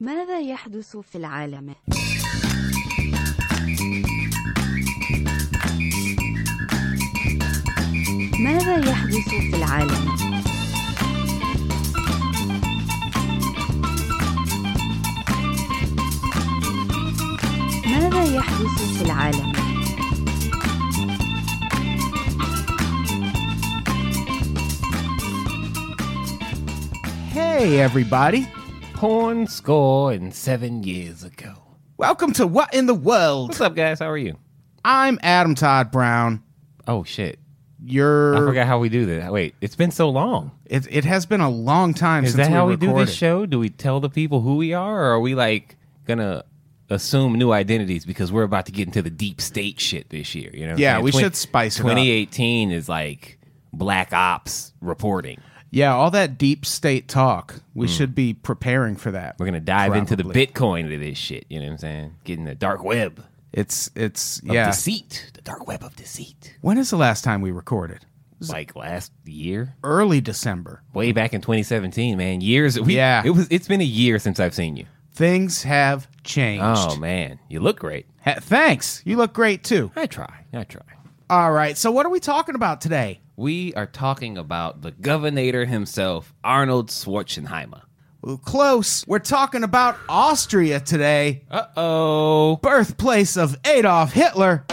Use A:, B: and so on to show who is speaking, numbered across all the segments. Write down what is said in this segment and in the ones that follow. A: ماذا يحدث في العالم؟ ماذا يحدث في العالم؟ ماذا يحدث في العالم؟
B: Hey, everybody. Porn score and seven years ago.
C: Welcome to What in the World.
B: What's up, guys? How are you?
C: I'm Adam Todd Brown.
B: Oh, shit. I
C: You're.
B: forgot how we do this. Wait, it's been so long.
C: It, it has been a long time
B: Is
C: since
B: that how we do
C: recorded.
B: this show? Do we tell the people who we are, or are we like gonna assume new identities because we're about to get into the deep state shit this year? You know? what I'm
C: Yeah,
B: saying?
C: we should spice it up.
B: 2018 is like black ops reporting.
C: Yeah, all that deep state talk. We should be preparing for that.
B: Hmm. We're gonna dive into the
C: Probably.
B: Bitcoin of this shit. You know what I'm saying? Getting the dark web
C: It's it's
B: of
C: yeah.
B: deceit, the dark web of deceit.
C: When is the last time we recorded?
B: Like last year,
C: Early December.
B: way back in 2017, man. Years. We,
C: Yeah.
B: It was. It's been a year since I've seen you.
C: Things have changed.
B: Oh man, you look great.
C: Ha- thanks. You look great too.
B: I try. I try.
C: All right. So what are we talking about today?
B: We are talking about the governor himself, Arnold Schwarzenheimer.
C: Well, Close. We're talking about Austria today.
B: Uh oh.
C: birthplace of Adolf Hitler.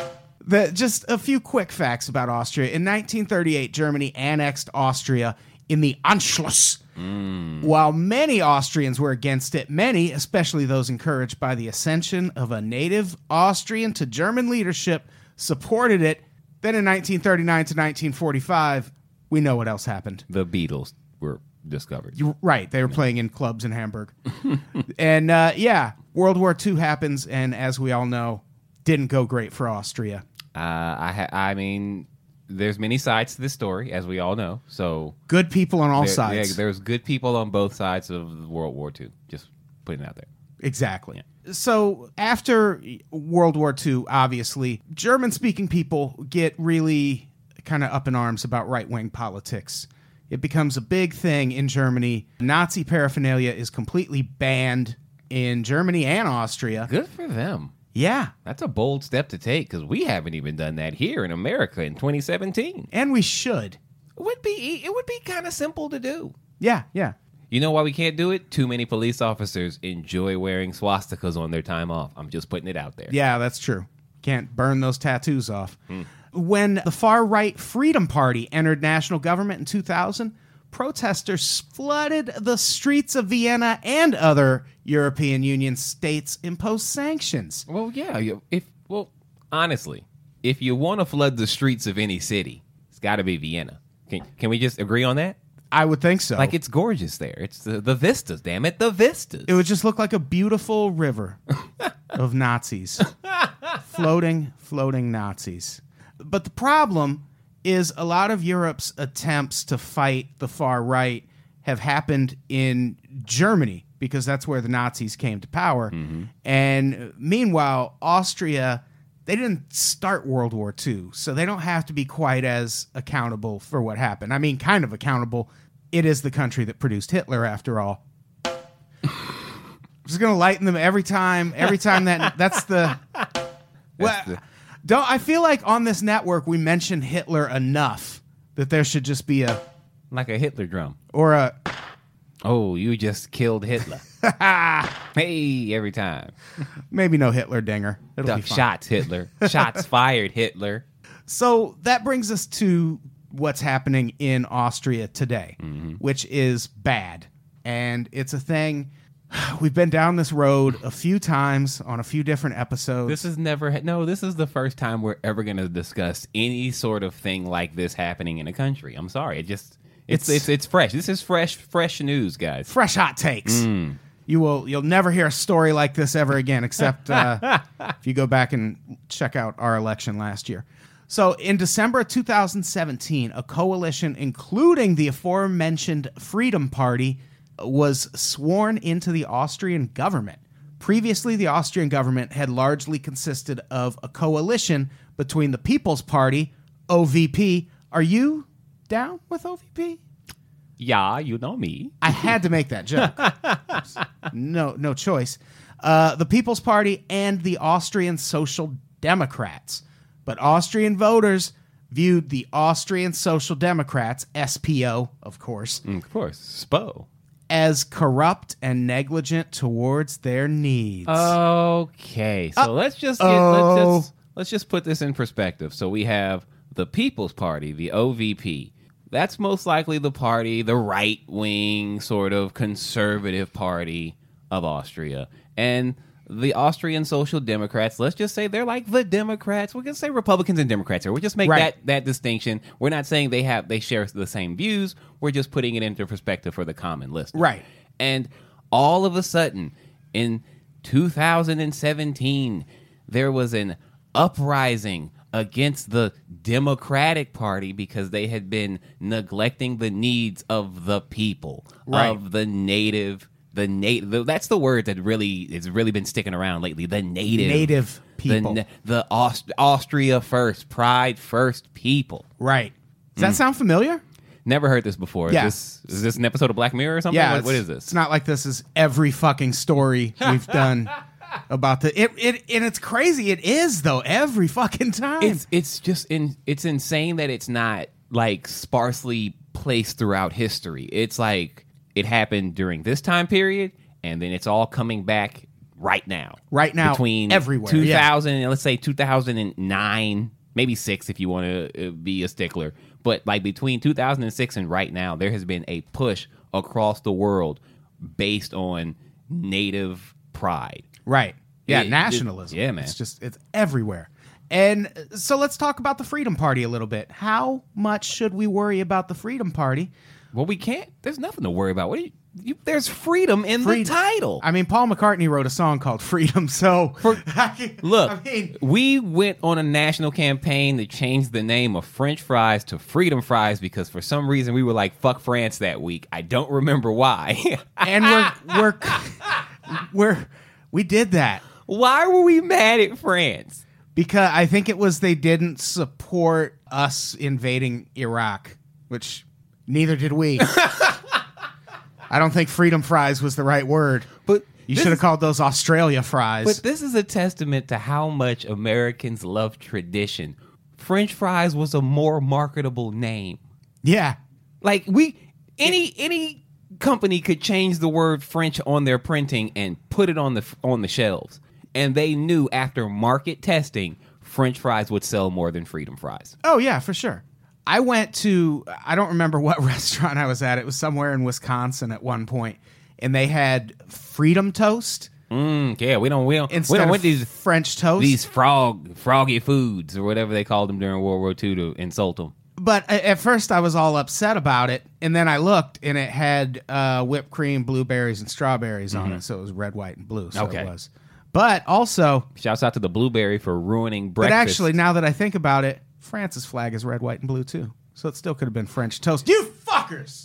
C: The, just a few quick facts about Austria. In 1938, Germany annexed Austria in the Anschluss. While many Austrians were against it, many, especially those encouraged by the ascension of a native Austrian to German leadership, supported it. Then in 1939 to 1945, we know what else happened.
B: The Beatles were discovered.
C: You- Right, they were playing in clubs in Hamburg, and uh, yeah, World War II happens, and as we all know, didn't go great for Austria.
B: Uh, I, ha- I mean, there's many sides to this story, as we all know. So
C: Good people on all
B: there-
C: sides,
B: yeah, there's good people on both sides of World War II. Just putting it out there.
C: exactly. So after World War II, obviously, German-speaking people get really kind of up in arms about right-wing politics. It becomes a big thing in Germany. Nazi paraphernalia is completely banned in Germany and Austria.
B: Good for them.
C: Yeah,
B: That's a bold step to take because we haven't even done that here in America in 2017.
C: and we should.
B: It would be e- it would be kind of simple to do.
C: Yeah, yeah.
B: You know why we can't do it? Too many police officers enjoy wearing swastikas on their time off. I'm just putting it out there.
C: Yeah, that's true. Can't burn those tattoos off. When the far right Freedom Party entered national government in 2000, protesters flooded the streets of Vienna and other European Union states imposed sanctions.
B: Well, yeah. you- If well, honestly, if you want to flood the streets of any city, it's got to be Vienna. Can, can we just agree on that?
C: I would think so.
B: Like it's gorgeous there. It's the, the vistas. Damn it, the vistas.
C: it would just look like a beautiful river of Nazis. floating, floating Nazis. But the problem is a lot of Europe's attempts to fight the far right have happened in Germany because that's where the Nazis came to power. And meanwhile, Austria, they didn't start World War II, so they don't have to be quite as accountable for what happened. I mean, kind of accountable. It is the country that produced Hitler, after all. I'm just gonna lighten them every time. Every time that that's the. Well, don't I feel like on this network we mention Hitler enough that there should just be a
B: like a Hitler drum.
C: or a
B: Oh, you just killed Hitler. hey, every time.
C: maybe no Hitler dinger. It'll
B: Duck
C: be fine.
B: shots, Hitler. Shots fired, Hitler.
C: So that brings us to what's happening in Austria today, which is bad. And it's a thing we've been down this road a few times on a few different episodes.
B: This is never no. This is the first time we're ever going to discuss any sort of thing like this happening in a country. I'm sorry, it just it's
C: It's-
B: it's, it's, fresh. This is fresh fresh news, guys.
C: fresh hot takes. You will you'll never hear a story like this ever again, except uh, if you go back and check out our election last year. So in December of 2017, a coalition including the aforementioned Freedom Party was sworn into the Austrian government. Previously, the Austrian government had largely consisted of a coalition between the People's Party, OVP. Are you down with OVP?
B: Yeah, you know me.
C: I had to make that joke. no, no choice. Uh, the People's Party and the Austrian Social Democrats, but Austrian voters viewed the Austrian Social Democrats (SPO), of course,
B: Of course, Spo.
C: as corrupt and negligent towards their needs.
B: Oh. Okay, so let's just get,
C: Uh, oh.
B: let's just let's just put this in perspective. So we have the People's Party, the OVP. That's most likely the party, the right wing sort of conservative party of Austria, and the Austrian Social Democrats. Let's just say they're like the Democrats. We're gonna say Republicans and Democrats here. We'll just make
C: Right.
B: that that distinction. We're not saying they have they share the same views. We're just putting it into perspective for the common listener.
C: Right.
B: And all of a sudden, in 2017, there was an uprising against the Democratic Party because they had been neglecting the needs of the people,
C: Right.
B: of the native, the native. That's the word that really it's really been sticking around lately. The native,
C: Native people.
B: the, na- the Aust- Austria first, Pride first people.
C: right? Does
B: Hmm.
C: that sound familiar?
B: Never heard this before.
C: Yeah.
B: Is this is this an episode of Black Mirror or something?
C: Yeah.
B: What-
C: it's-
B: what is this?
C: It's not like this is every fucking story we've done about the it, it and it's crazy. It is though every fucking time.
B: It's it's just in it's insane that it's not like sparsely placed throughout history. It's like it happened during this time period, and then it's all coming back right now.
C: Right now,
B: between
C: everywhere,
B: two
C: yeah.
B: thousand and let's say two thousand and nine, maybe six if you want to be a stickler. But like between two thousand and six and right now, there has been a push across the world based on native pride.
C: Right. Yeah,
B: It- it-
C: nationalism.
B: yeah, man.
C: It's just it's everywhere. And uh, so let's talk about the Freedom Party a little bit. How much should we worry about the Freedom Party?
B: Well, we can't. There's nothing to worry about. What are you, you, there's freedom in
C: Freedom.
B: the title.
C: I mean, Paul McCartney wrote a song called Freedom, so
B: Look,
C: I mean,
B: we went on a national campaign to change the name of French fries to Freedom Fries because for some reason we were like, fuck France that week. I don't remember why.
C: and we're we're we're we did that
B: why were we mad at France?
C: because I think it was they didn't support us invading Iraq, which neither did we. I don't think freedom fries was the right word.
B: But
C: You
B: this
C: should have
B: is-
C: called those Australia fries.
B: But this is a testament to how much Americans love tradition. French fries was a more marketable name.
C: yeah.
B: Like we any any company could change the word French on their printing and put it on the on the shelves. And they knew after market testing, French fries would sell more than freedom fries.
C: Oh yeah, for sure. I went to I don't remember what restaurant I was at. It was somewhere in Wisconsin at one point, and they had freedom toast
B: Mm, yeah, we don't we don't we
C: instead
B: don't
C: of
B: want these
C: French toast.
B: these frog froggy foods or whatever they called them during World War II to insult them.
C: But a- at first I was all upset about it, and then I looked and it had uh, whipped cream, blueberries, and strawberries on it, so it was red, white, and blue. So
B: Mm-hmm. Okay.
C: it was. But also,
B: Shouts out to the blueberry for ruining
C: but
B: breakfast.
C: actually, now that I think about it, France's flag is red, white, and blue too. So it still could have been French toast. You fuckers!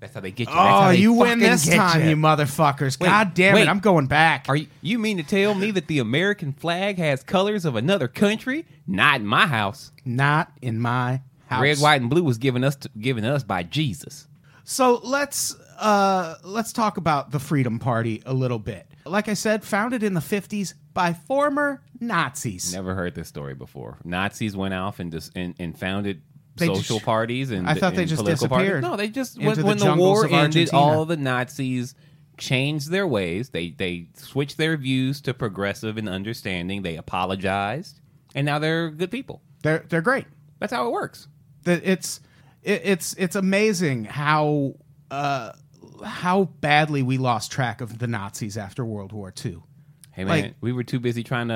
B: that's how they get you. That's how
C: Oh,
B: they
C: you win
B: fucking
C: this
B: get
C: time,
B: ya.
C: you motherfuckers. God damn
B: wait.
C: it, I'm going back.
B: Are you, you mean to tell me that the American flag has colors of another country? Not in my house.
C: Not in my house.
B: Red, white, and blue was given us given us by Jesus.
C: So let's uh let's talk about the Freedom Party a little bit. Like I said, founded in the 50s by former Nazis.
B: Never heard this story before. Nazis went off and dis- and, and founded
C: They just-
B: social parties and
C: I thought they
B: and
C: just
B: political
C: disappeared
B: Parties. No, they just
C: into
B: when,
C: the
B: when the
C: jungles
B: war
C: of
B: ended,
C: Argentina.
B: all the Nazis changed their ways. They they switched their views to progressive and understanding. They apologized, and now they're good people.
C: They're they're great.
B: That's how it works.
C: That it's it, it's it's amazing how uh how badly we lost track of the Nazis after World War II.
B: Hey man,
C: Like-
B: we were too busy trying to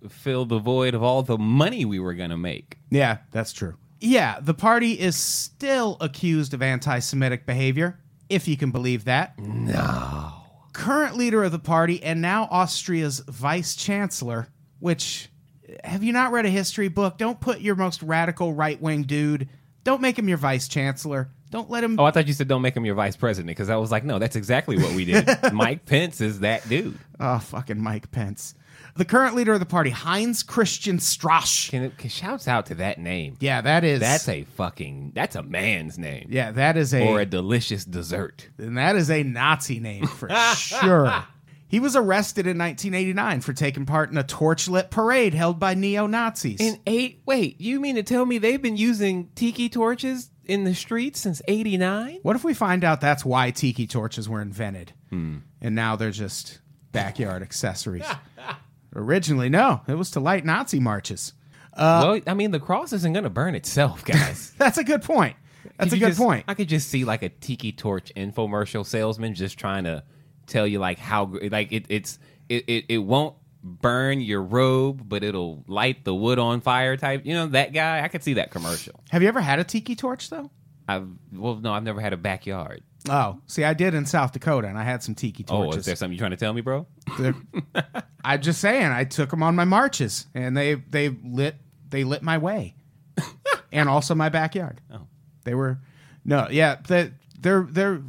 B: uh, fill the void of all the money we were gonna make.
C: Yeah, that's true. Yeah, the party is still accused of anti Semitic behavior, if you can believe that. No. Current leader of the party and now Austria's vice chancellor, which, have you not read a history book? Don't put your most radical right wing dude, don't make him your vice chancellor. Don't let him.
B: Oh, I thought you said don't make him your vice president because I was like, no, that's exactly what we did. Mike Pence is that dude.
C: Oh, fucking Mike Pence. The current leader of the party, Heinz Christian Strache.
B: Can, can shouts out to that name.
C: Yeah, that is.
B: That's a fucking. That's a man's name.
C: yeah, that is a.
B: Or a delicious dessert.
C: And that is a Nazi name for sure. He was arrested in 1989 for taking part in a torchlit parade held by neo Nazis.
B: In eight. Wait, you mean to tell me they've been using tiki torches in the streets since '89?
C: What if we find out that's why tiki torches were invented?
B: Hmm.
C: And now they're just backyard accessories. Originally, no, it was to light Nazi marches.
B: well, I mean, the cross isn't going to burn itself, guys.
C: That's a good point. That's
B: Could
C: a
B: you
C: good
B: just-
C: point.
B: I could just see like a tiki torch infomercial salesman just trying to tell you like how gr- like it, it's it, it it won't burn your robe, but it'll light the wood on fire type. You know that guy. I could see that commercial.
C: Have you ever had a tiki torch, though?
B: I've well, no, I've never had a backyard.
C: Oh, see, I did in South Dakota, and I had some tiki
B: Oh,
C: torches.
B: is there something you're trying to tell me, bro?
C: They're- I'm just saying, I took them on my marches, and they they lit they lit my way, and also my backyard. Oh. They were, no, yeah, they, they're they're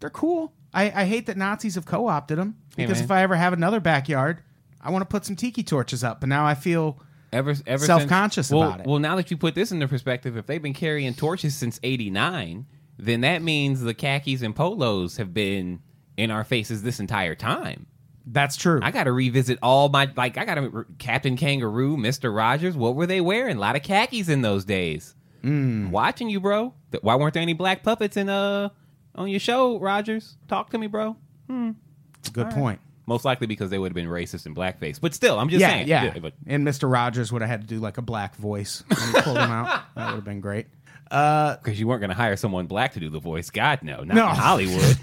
C: they're cool. I, I hate that Nazis have co opted them
B: Hey,
C: because
B: man.
C: if I ever have another backyard, I want to put some tiki torches up. But now I feel
B: Ever ever
C: Self-conscious
B: since, well,
C: about it.
B: Well, now that you put this into perspective, if they've been carrying torches since '89, then that means the khakis and polos have been in our faces this entire time.
C: that's true.
B: I got to revisit all my like. I got to re- Captain Kangaroo, Mister Rogers. What were they wearing? A lot of khakis in those days.
C: Mm.
B: Watching you, bro. Th- Why weren't there any black puppets in uh on your show, Rogers? Talk to me, bro.
C: Good point.
B: Most likely because they would have been racist in blackface. But still, I'm just
C: Yeah,
B: saying.
C: yeah.
B: but
C: and Mr. Rogers would have had to do like a black voice when he pulled him out. That would have been great.
B: because you weren't going to hire someone black to do the voice. God, no, not
C: Uh, No.
B: in Hollywood.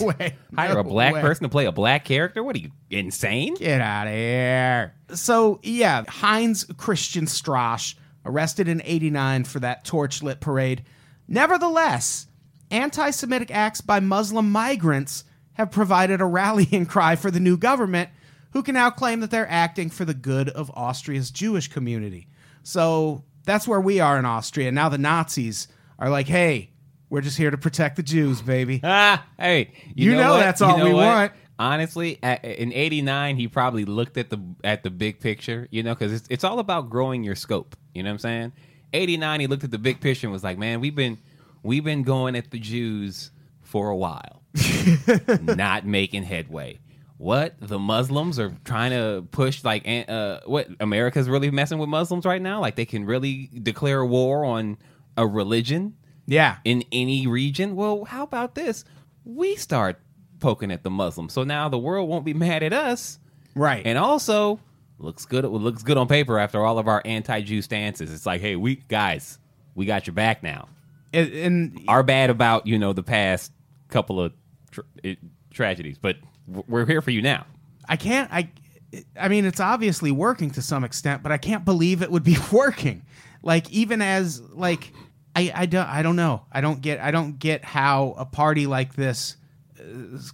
C: No way.
B: Hire
C: No
B: a black
C: way.
B: person to play a black character? What are you insane?
C: Get out of here. So, yeah, Heinz Christian Strache, arrested in 89 for that torchlit parade. Nevertheless, anti Semitic acts by Muslim migrants have provided a rallying cry for the new government, who can now claim that they're acting for the good of Austria's Jewish community. So, that's where we are in Austria. Now the Nazis are like, hey, we're just here to protect the Jews, baby.
B: Ah, hey, you,
C: You know
B: what?
C: that's all we want.
B: Honestly, at, in '89, he probably looked at the at the big picture, you know, because it's it's all about growing your scope. You know what I'm saying? '89, he looked at the big picture and was like, "Man, we've been we've been going at the Jews for a while, not making headway." What the Muslims are trying to push, like an- uh, what America's really messing with Muslims right now? Like they can really declare war on a religion
C: Yeah.
B: in any region. Well, how about this? We start poking at the Muslims, so now the world won't be mad at us.
C: Right.
B: And also, looks good. It looks good on paper after all of our anti-Jew stances. It's like, hey, we guys, we got your back now.
C: and, and
B: Our bad about you know the past couple of tr it, tragedies, but w- we're here for you now.
C: I can't. I. I mean, it's obviously working to some extent, but I can't believe it would be working. Like even as like I I don't I don't know. I don't get I don't get how a party like this uh,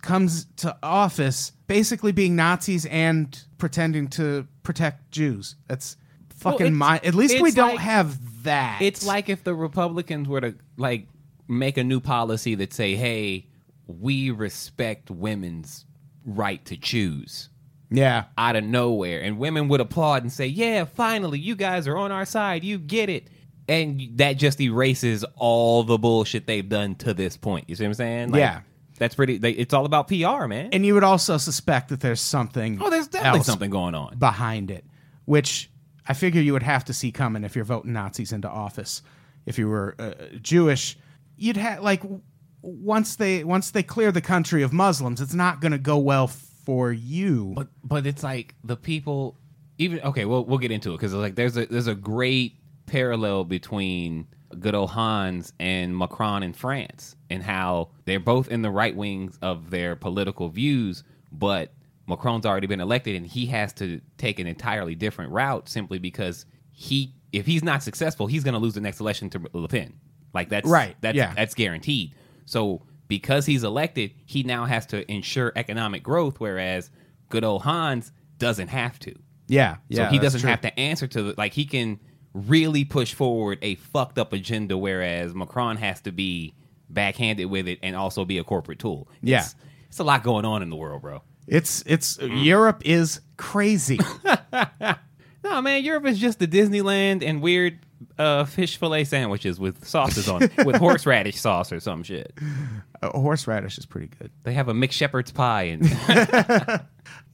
C: comes to office basically being Nazis and pretending to protect Jews. That's fucking
B: it's-
C: my. At least we
B: it's
C: don't
B: like-
C: have that.
B: It's like if the Republicans were to like make a new policy that say, hey, we respect women's right to choose.
C: yeah.
B: out of nowhere and women would applaud and say yeah finally you guys are on our side you get it and that just erases all the bullshit they've done to this point you see what i'm saying Like,
C: Yeah.
B: that's pretty they, it's all about pr man
C: And you would also suspect that there's something.
B: oh there's definitely
C: else
B: something going on
C: behind it, which I figure you would have to see coming if you're voting Nazis into office. If you were uh, Jewish, you'd have like w- once they once they clear the country of Muslims, it's not going to go well for you.
B: but but it's like the people even okay well we'll get into it because like there's a there's a great parallel between good old hans and macron in france and how they're both in the right wings of their political views but macron's already been elected and he has to take an entirely different route simply because he if he's not successful he's going to lose the next election to le pen like that's
C: Right,
B: that's
C: yeah.
B: that's guaranteed. So because he's elected, he now has to ensure economic growth, whereas good old Hans doesn't have to.
C: yeah,
B: so he doesn't have to answer to the like he can really push forward a fucked up agenda, whereas Macron has to be backhanded with it and also be a corporate tool. It's,
C: Yeah.
B: it's a lot going on in the world, bro.
C: It's it's
B: Mm-hmm.
C: Europe is crazy.
B: No, man, Europe is just the Disneyland and weird uh, fish fillet sandwiches with sauces on it, with horseradish sauce or some shit.
C: Uh, horseradish is pretty good.
B: They have a McShepherd's pie and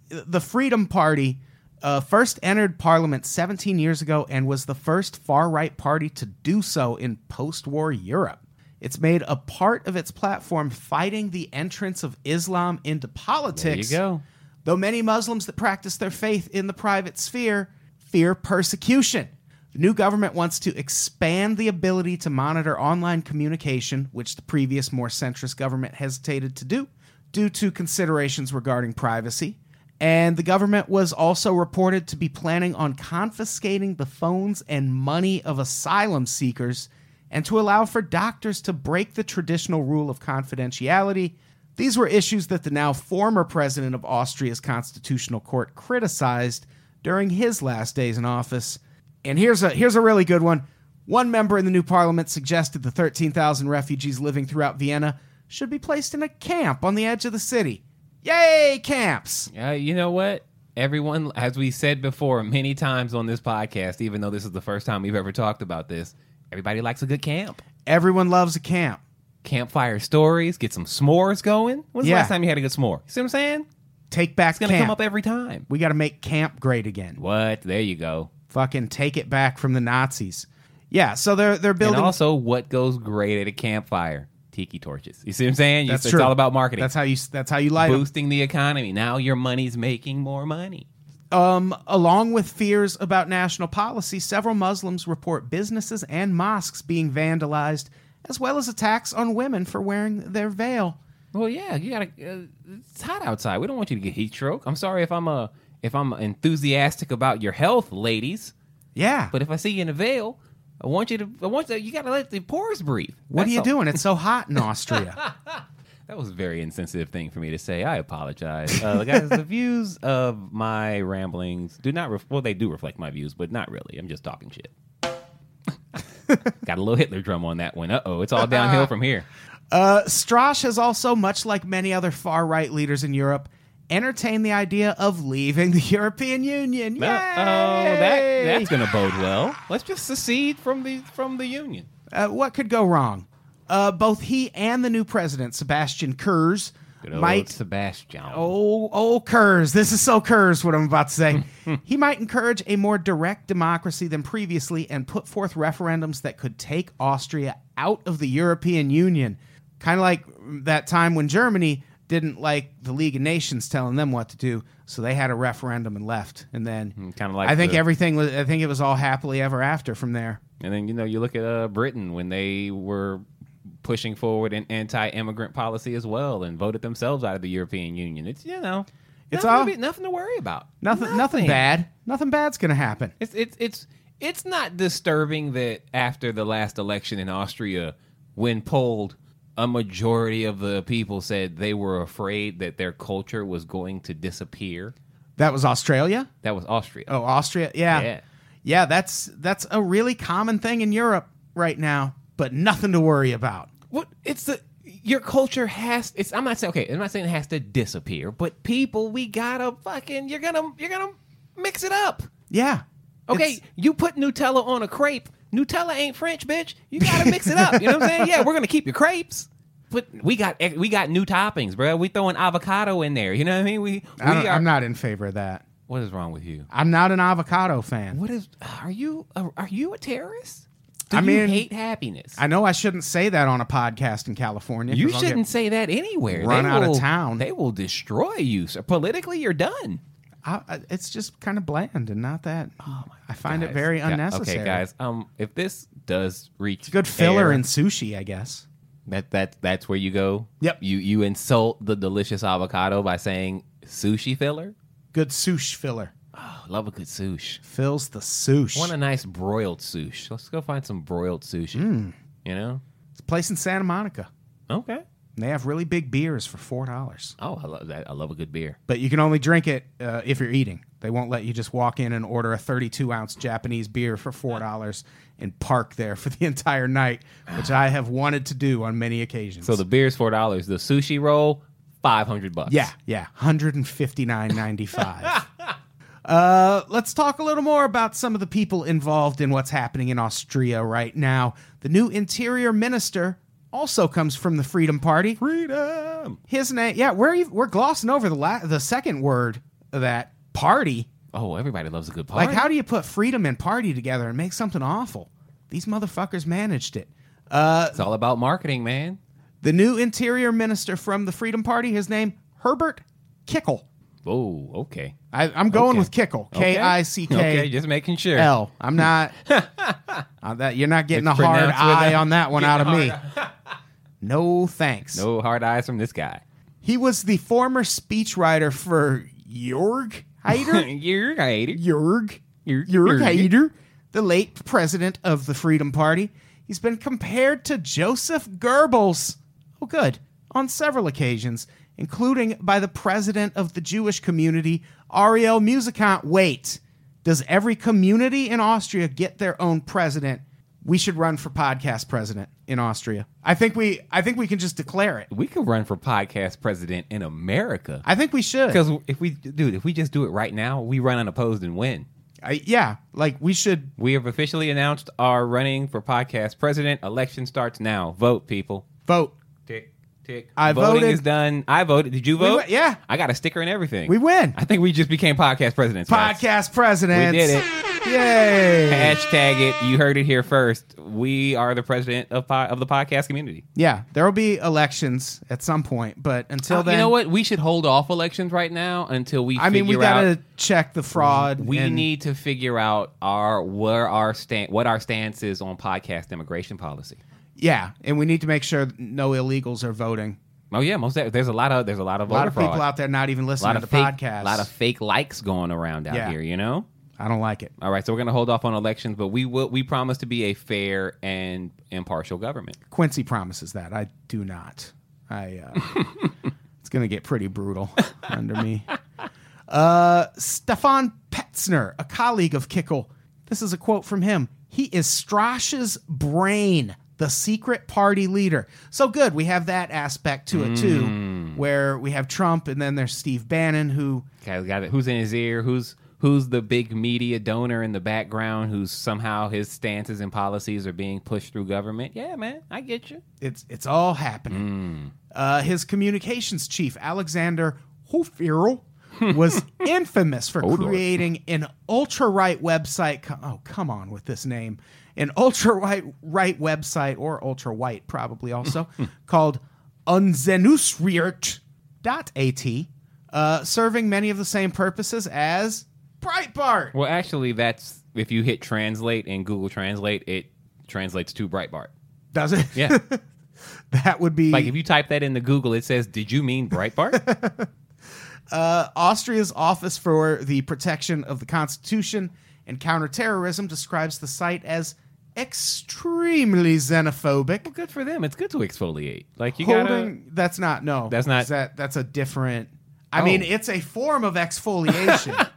C: the Freedom Party uh, first entered Parliament 17 years ago and was the first far right party to do so in post war Europe. It's made a part of its platform fighting the entrance of Islam into politics.
B: go.
C: Though many Muslims that practice their faith in the private sphere fear persecution. The new government wants to expand the ability to monitor online communication, which the previous more centrist government hesitated to do due to considerations regarding privacy. And the government was also reported to be planning on confiscating the phones and money of asylum seekers and to allow for doctors to break the traditional rule of confidentiality. These were issues that the now former president of Austria's constitutional court criticized during his last days in office. And here's a here's a really good one. One member in the new parliament suggested the 13,000 refugees living throughout Vienna should be placed in a camp on the edge of the city. Yay, camps!
B: Uh, you know what? Everyone, as we said before many times on this podcast, even though this is the first time we've ever talked about this, everybody likes a good camp.
C: Everyone loves a camp.
B: Campfire stories, get some s'mores going. When's
C: Yeah.
B: the last time you had a good s'more? You see what I'm saying?
C: Take back
B: It's going to
C: camp.
B: come up every time.
C: we got to make camp great again.
B: What? There you go.
C: fucking take it back from the Nazis. Yeah, so they're they're
B: And
C: building.
B: also, what goes great at a campfire? Tiki torches. You see what I'm saying? You-
C: that's
B: it's
C: true.
B: all about marketing.
C: That's how you that's how you light 'em.
B: boosting the economy. Now your money's making more money.
C: Um, along with fears about national policy, several Muslims report businesses and mosques being vandalized, as well as attacks on women for wearing their veil.
B: Well, yeah, you gotta. Uh, it's hot outside. We don't want you to get heat stroke. I'm sorry if I'm uh, if I'm enthusiastic about your health, ladies.
C: Yeah,
B: But if I see you in a veil, I want you to. I want you. You gotta let the pores breathe.
C: what are
B: That's
C: you
B: all.
C: doing? It's so hot in Austria.
B: That was a very insensitive thing for me to say. I apologize, uh, guys. the views of my ramblings do not. Ref- well, they do reflect my views, but not really. I'm just talking shit. Got a little Hitler drum on that one. Uh oh,
C: Uh-uh.
B: it's all downhill from here.
C: uh, Strash has also, much like many other far right leaders in Europe, entertained the idea of leaving the European Union. Yay!
B: Oh, that that's gonna bode well. Let's just secede from the from the union.
C: Uh, what could go wrong? Uh, both he and the new president, Sebastian Kurz,
B: Good old
C: might.
B: Sebastian.
C: Oh, oh, Kurz. This is so Kurz, what I'm about to say. he might encourage a more direct democracy than previously and put forth referendums that could take Austria out of the European Union. Kind of like that time when Germany didn't like the League of Nations telling them what to do, so they had a referendum and left. And then
B: Mm, kinda like
C: I think
B: the-
C: everything was, I think it was all happily ever after from there.
B: And then you know you look at uh, Britain when they were pushing forward an anti-immigrant policy as well and voted themselves out of the European Union. It's you know,
C: It's
B: nothing
C: all-
B: to be, nothing to worry about.
C: Nothing, nothing, bad. Nothing bad's gonna happen.
B: It's it's it's it's not disturbing that after the last election in Austria, when polled, a majority of the people said they were afraid that their culture was going to disappear.
C: That was Australia.
B: That was Austria.
C: Oh, Austria. Yeah.
B: Yeah.
C: Yeah, that's that's a really common thing in Europe right now, but nothing to worry about.
B: What it's the your culture has it's I'm not saying okay, I'm not saying it has to disappear, but people, we gotta fucking you're gonna you're gonna mix it up.
C: Yeah.
B: Okay,
C: It's-
B: you put Nutella on a crepe. Nutella ain't French, bitch. You gotta mix it up. You know what I'm saying? Yeah, we're gonna keep your crepes. But we got we got new toppings, bro. We throwing avocado in there. You know what I mean? We, we
C: I don't,
B: are.
C: I'm not in favor of that.
B: what is wrong with you?
C: I'm not an avocado fan.
B: What is? Are you a, are you a terrorist? Do
C: I
B: you
C: mean-
B: hate happiness?
C: I know I shouldn't say that on a podcast in California. 'cause
B: You
C: I'll get-
B: shouldn't say that anywhere.
C: run
B: They
C: out of
B: will-
C: town.
B: They will destroy you. So politically, you're done.
C: I, I, it's just kind of bland and not that. I find it very
B: Oh Guys,
C: unnecessary.
B: Okay, guys. Um, if this does reach
C: Good filler
B: air,
C: in sushi, I guess.
B: that that that's where you go.
C: Yep.
B: You you insult the delicious avocado by saying sushi filler.
C: Good sushi filler
B: Oh, love a good sushi.
C: fills the sushi.
B: Want a nice broiled sushi?
C: Mm.
B: Let's go find some broiled sushi. You know.
C: It's a place in Santa Monica.
B: Okay.
C: And they have really big beers for four dollars,
B: Oh, I love that. I love a good beer.
C: but you can only drink it uh, if you're eating. They won't let you just walk in and order a 32 ounce Japanese beer for four dollars and park there for the entire night, which I have wanted to do on many occasions.
B: So the beer's four dollars. The sushi roll, five hundred bucks.
C: Yeah, yeah, hundred and fifty nine ninety five. Uh, let's talk a little more about some of the people involved in what's happening in Austria right now. The new interior minister also comes from the Freedom Party.
B: freedom.
C: His name, yeah, we're we're glossing over the la- the second word of that party.
B: Oh, everybody loves a good party.
C: Like, how do you put freedom and party together and make something awful? These motherfuckers managed it.
B: it's all about marketing, man.
C: The new interior minister from the Freedom Party, his name Herbert Kickle.
B: Oh, okay.
C: I, I'm going
B: Okay.
C: with Kickle.
B: Okay.
C: K I C
B: Okay,
C: K
B: just making sure.
C: L. I'm not. uh, that you're not getting
B: It's
C: a hard
B: pronounced with
C: eye
B: a-
C: on that one out
B: getting
C: of me.
B: a
C: no thanks.
B: No hard eyes from this guy.
C: He was the former speechwriter for Jorg Haider.
B: You're right.
C: Jorg. Jorg
B: Jorg- Jorg.
C: Haider, the late president of the Freedom Party. He's been compared to Joseph Goebbels. Oh, good. On several occasions, including by the president of the Jewish community, Ariel Musikant. Wait, does every community in Austria get their own president? We should run for podcast president in Austria. I think we. I think we can just declare it.
B: We could run for podcast president in America.
C: I think we should.
B: Because if we, dude, if we just do it right now, we run unopposed and win.
C: I, yeah, like we should.
B: We have officially announced our running for podcast president. Election starts now. Vote, people.
C: Vote.
B: Tick, tick.
C: I
B: Voting
C: voted.
B: is done. I voted. Did you vote?
C: wa- yeah.
B: I got a sticker and everything.
C: We win.
B: I think we just became podcast presidents. guys.
C: Podcast president.
B: We did it.
C: Yay.
B: Hashtag it. You heard it here first. We are the president of po- of the podcast community.
C: Yeah, there will be elections at some point, but until
B: Uh,
C: then,
B: you know what? We should hold off elections right now until we.
C: I mean, we
B: figure
C: gotta
B: out-
C: check the fraud.
B: We
C: and-
B: need to figure out our where our stand, what our stance is on podcast immigration policy.
C: yeah, and we need to make sure no illegals are voting.
B: Oh yeah, most of, there's a lot of there's a lot of
C: A lot
B: voter
C: of
B: fraud.
C: people out there not even
B: a lot
C: listening to
B: of fake,
C: podcasts.
B: lot of fake likes going around out
C: Yeah.
B: here. You know.
C: I don't like it.
B: All right, so we're gonna hold off on elections, but we will. We promise to be a fair and impartial government.
C: Quincy promises that. I do not. I. Uh, it's gonna get pretty brutal under me. Uh, Stefan Petzner, a colleague of Kickle. This is a quote from him. He is Strash's brain, the secret party leader. So good. We have that aspect to it too, where we have Trump and then there's Steve Bannon, who
B: Okay, we got it. Who's in his ear? Who's who's the big media donor in the background? Who's somehow his stances and policies are being pushed through government? Yeah, man, I get you.
C: it's it's all happening. Uh, his communications chief, Alexander Hoferl, was infamous for
B: Hodor.
C: creating an ultra right website. co- Oh, come on with this name. An ultra right right website or ultra white probably also called unzenusriert.at, uh, serving many of the same purposes as Breitbart.
B: Well, actually, that's if you hit translate in Google Translate, it translates to Breitbart.
C: Does it?
B: Yeah,
C: that would be
B: like if you type that into Google, it says, "Did you mean Breitbart?"
C: Austria's Office for the Protection of the Constitution and Counterterrorism describes the site as extremely xenophobic.
B: good for them. It's good to exfoliate. Like you gotta.
C: Holding that's not no.
B: That's not-
C: Is that that's a different I
B: Oh.
C: mean, it's a form of exfoliation.